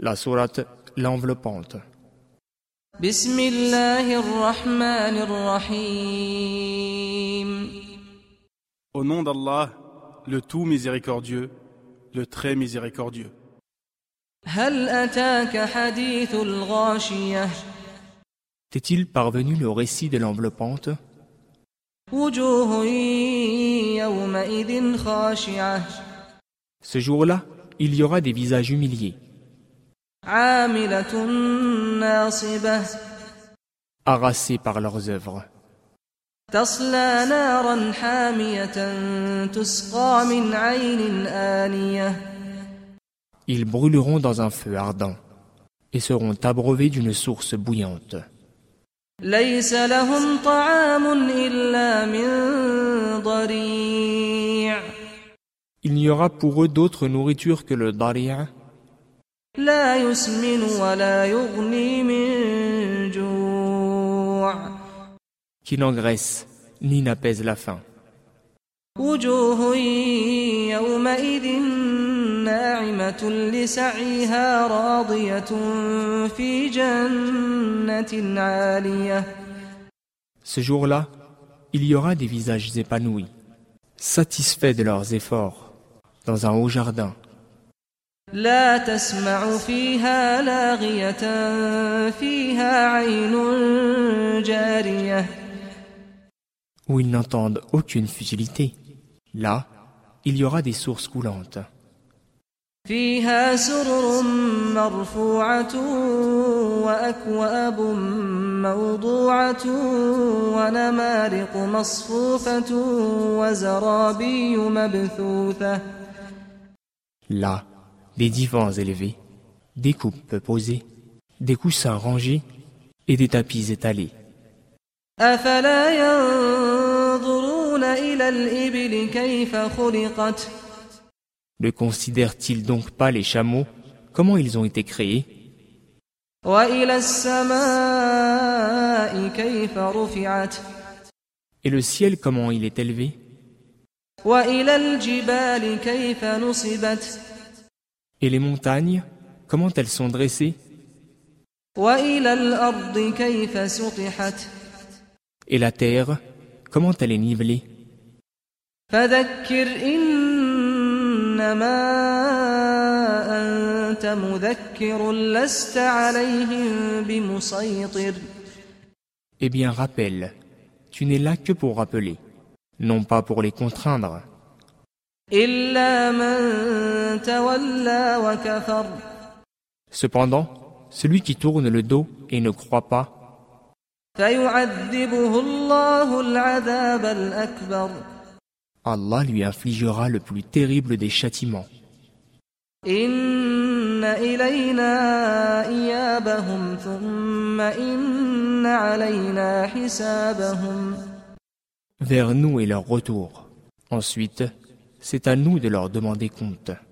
La sourate L'enveloppante. بسم الله الرحمن الرحيم Au nom d'Allah, le tout miséricordieux, le très miséricordieux. هل أتاك حديث الغاشية T'est-il parvenu le récit de l'enveloppante وجوه يومئذ خاشعة Ce jour-là, il y aura des visages humiliés, عاملة ناصبة harassés par leurs œuvres. تصلى نارا حامية تسقى من عين آنية Ils brûleront dans un feu ardent et seront abreuvés d'une source bouillante. ليس لهم طعام إلا من ضريع Il n'y aura pour eux d'autre nourriture que le daria, لا يسمن ولا يغني من جوع qui n'engraisse ni n'apaise la faim. وجوه يومئذ ناعمة لسعيها راضية في جنة عالية Ce jour-là, il y aura des visages épanouis, satisfaits de leurs efforts, dans un haut jardin. لا تسمع فيها لاغية فيها عين جارية où ils n'entendent aucune futilité. Là, il y aura des sources coulantes, فيها سرر مرفوعة وأكواب موضوعة ونمارق مصفوفة وزرابي مبثوثة là, des divans élevés, des coupes posées, des coussins rangés et des tapis étalés. أفلا ينظرون إلى الإبل كيف خلقت Ne considèrent-ils donc pas les chameaux Comment ils ont été créés وإلى السماء كيف رفعت Et le ciel comment il est élevé وإلى الجبال كيف نصبت Et les montagnes Comment elles sont dressées وإلى الأرض كيف سطحت Et la terre Comment elle est nivelée فذكر إنما أنت مذكر لست عليهم بمسيطر Eh bien, rappelle, tu n'es là que pour rappeler, non pas pour les contraindre. إلا من تولى وكفر Cependant, celui qui tourne le dos et ne croit pas, فيعذبه الله العذاب الأكبر Allah lui infligera le plus terrible des châtiments. إن إلينا إيابهم ثم إن علينا حسابهم Vers nous et leur retour. Ensuite, c'est à nous de leur demander compte.